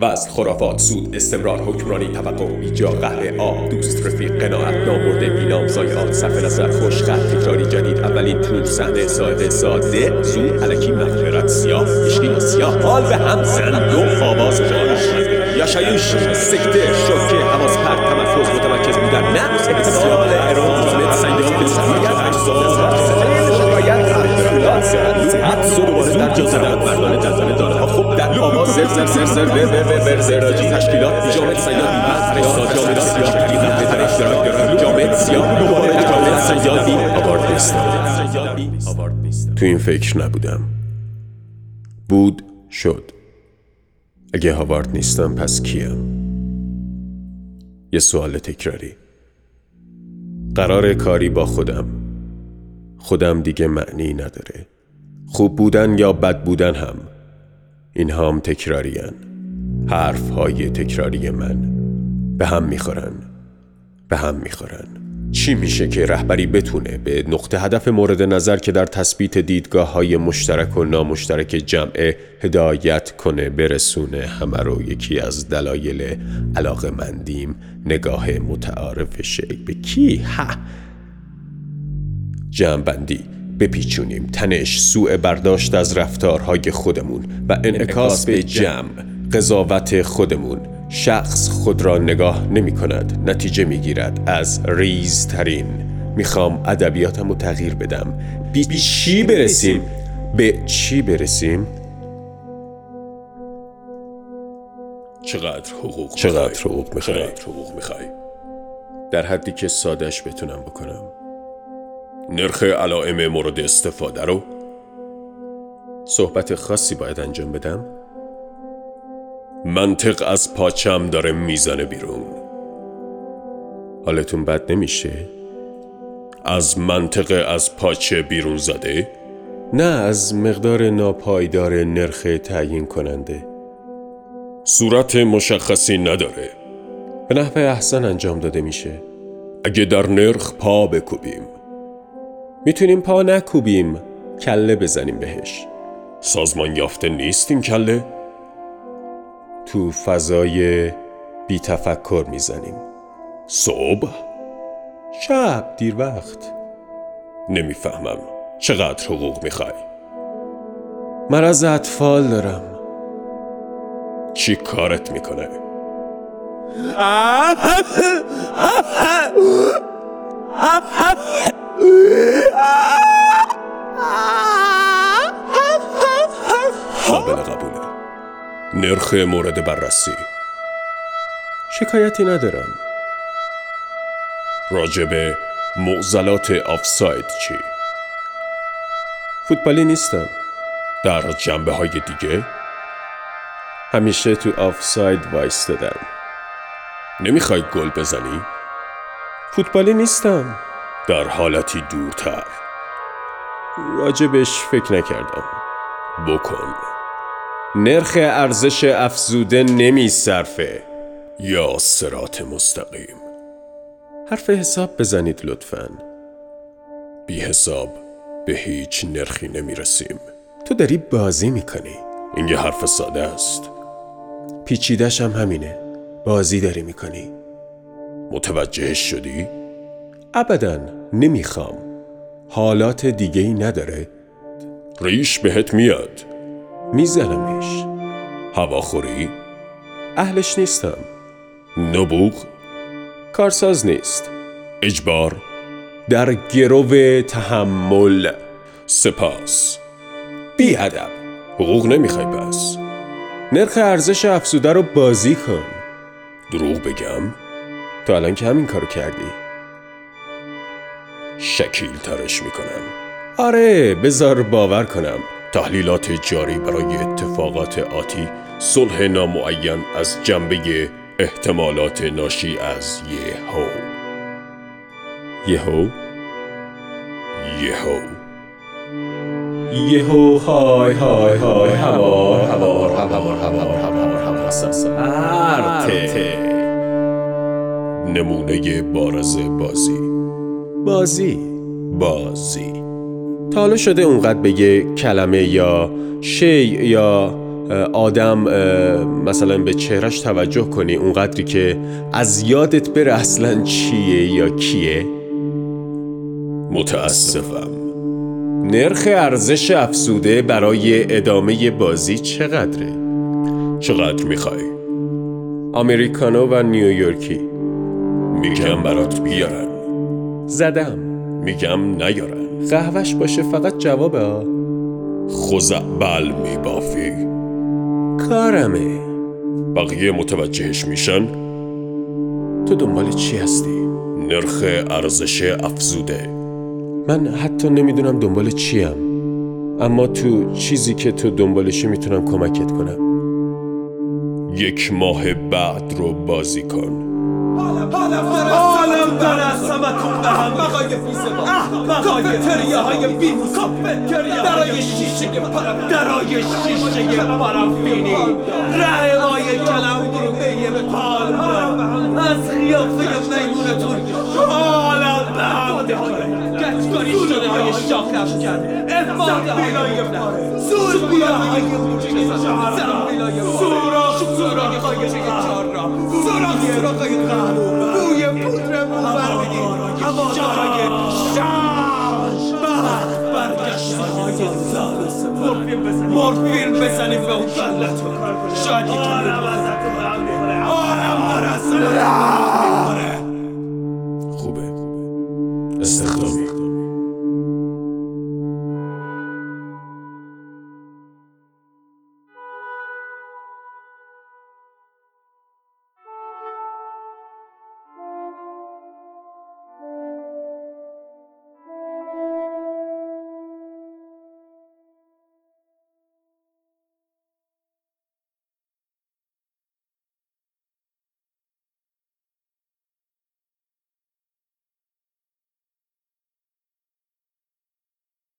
و از خرافات سود استمرار حکمرانی توقع بیجا قهر آب دوست رفیق قناعت نامرده بینام زایات صف نظر خوش قهر تکراری جدید اولین پول صحنه ساده ساده زود علکی مغفرت سیاه عشقی و سیاه حال به هم زن دو آواز خارش یا شایوش سکته شوکه حواس پرد تمرکز متمرکز بودن نه اتصال ارون روزنه سیاه سمیت اجزا باید اطلاعات حد سو دوباره در جا زدن مردان جزنه داره ها خب در آواز زر زر زر زر به به به بر زراجی تشکیلات بیجامت سیاد بیمت رسا جامت سیاه بیمت در اشتراک دارن جامت سیاه دوباره جامت سیادی آوارد نیستم تو این فکر نبودم بود شد اگه هاوارد نیستم پس کیم یه سوال تکراری قرار کاری با خودم خودم دیگه معنی نداره خوب بودن یا بد بودن هم اینها هم تکرارین حرف های تکراری من به هم میخورن به هم میخورن چی میشه که رهبری بتونه به نقطه هدف مورد نظر که در تثبیت دیدگاه های مشترک و نامشترک جمعه هدایت کنه برسونه همه رو یکی از دلایل علاقه مندیم نگاه متعارف شکل به کی؟ ها جمعبندی بپیچونیم تنش سوء برداشت از رفتارهای خودمون و انعکاس به جمع قضاوت خودمون شخص خود را نگاه نمی کند نتیجه می گیرد از ریزترین میخوام ادبیاتم رو تغییر بدم بی چی برسیم به چی برسیم چقدر حقوق چقدر حقوق میخوای چقدر حقوق میخوای در حدی که سادش بتونم بکنم نرخ علائم مورد استفاده رو صحبت خاصی باید انجام بدم منطق از پاچم داره میزنه بیرون حالتون بد نمیشه از منطق از پاچه بیرون زده نه از مقدار ناپایدار نرخ تعیین کننده صورت مشخصی نداره به نحو احسن انجام داده میشه اگه در نرخ پا بکوبیم میتونیم پا نکوبیم کله بزنیم بهش سازمان یافته نیستیم کله تو فضای بی تفکر میزنیم صبح شب دیر وقت نمیفهمم چقدر حقوق میخوای مرض اطفال دارم چی کارت میکنه قابل قبوله نرخ مورد بررسی شکایتی ندارم راجب معضلات آفساید چی فوتبالی نیستم در جنبه های دیگه همیشه تو آفساید وایستادم نمیخوای گل بزنی فوتبالی نیستم در حالتی دورتر راجبش فکر نکردم بکن نرخ ارزش افزوده نمیصرفه یا سرات مستقیم حرف حساب بزنید لطفا بی حساب به هیچ نرخی نمیرسیم تو داری بازی میکنی این یه حرف ساده است پیچیدش هم همینه بازی داری میکنی متوجهش شدی؟ ابدا نمیخوام حالات دیگه ای نداره ریش بهت میاد میزنمش هواخوری اهلش نیستم نبوغ کارساز نیست اجبار در گرو تحمل سپاس بی ادب حقوق نمیخوای پس نرخ ارزش افزوده رو بازی کن دروغ بگم تا الان که همین کارو کردی شکیل ترش میکنم آره بذار باور کنم تحلیلات جاری برای اتفاقات آتی صلح نامعین از جنبه احتمالات ناشی از یهو یهو یهو یهو های های های هوا هوا هوا ارته نمونه بارز بازی بازی بازی تا حالا شده اونقدر بگه کلمه یا شی یا آدم مثلا به چهرش توجه کنی اونقدری که از یادت بره اصلا چیه یا کیه متاسفم نرخ ارزش افزوده برای ادامه بازی چقدره؟ چقدر میخوای؟ آمریکانو و نیویورکی میگم برات بیارن زدم میگم نیارن قهوهش باشه فقط جوابه ها خزعبل میبافی کارمه بقیه متوجهش میشن تو دنبال چی هستی؟ نرخ ارزش افزوده من حتی نمیدونم دنبال چیم اما تو چیزی که تو دنبالشی میتونم کمکت کنم یک ماه بعد رو بازی کن عالم برستم اتون به هم مقای فیزه با کافتریا های بیموس درای شیشه پرم درای شیشه پرفینی ره مای کلم گروه پالم از خیافه میمونتون عالم به هم داره گچکاری شده های شاخش کرد افاد بیلای پاره سور بیلای سوراخ سوراخ های چهار را سوراخ سوراخ های بوی پودر مو بردگی هوادارای شش بخت برگشت های زالس مورفین بزنیم به اون گلتون شاید یکی آرم آرم برسن خوبه استخدام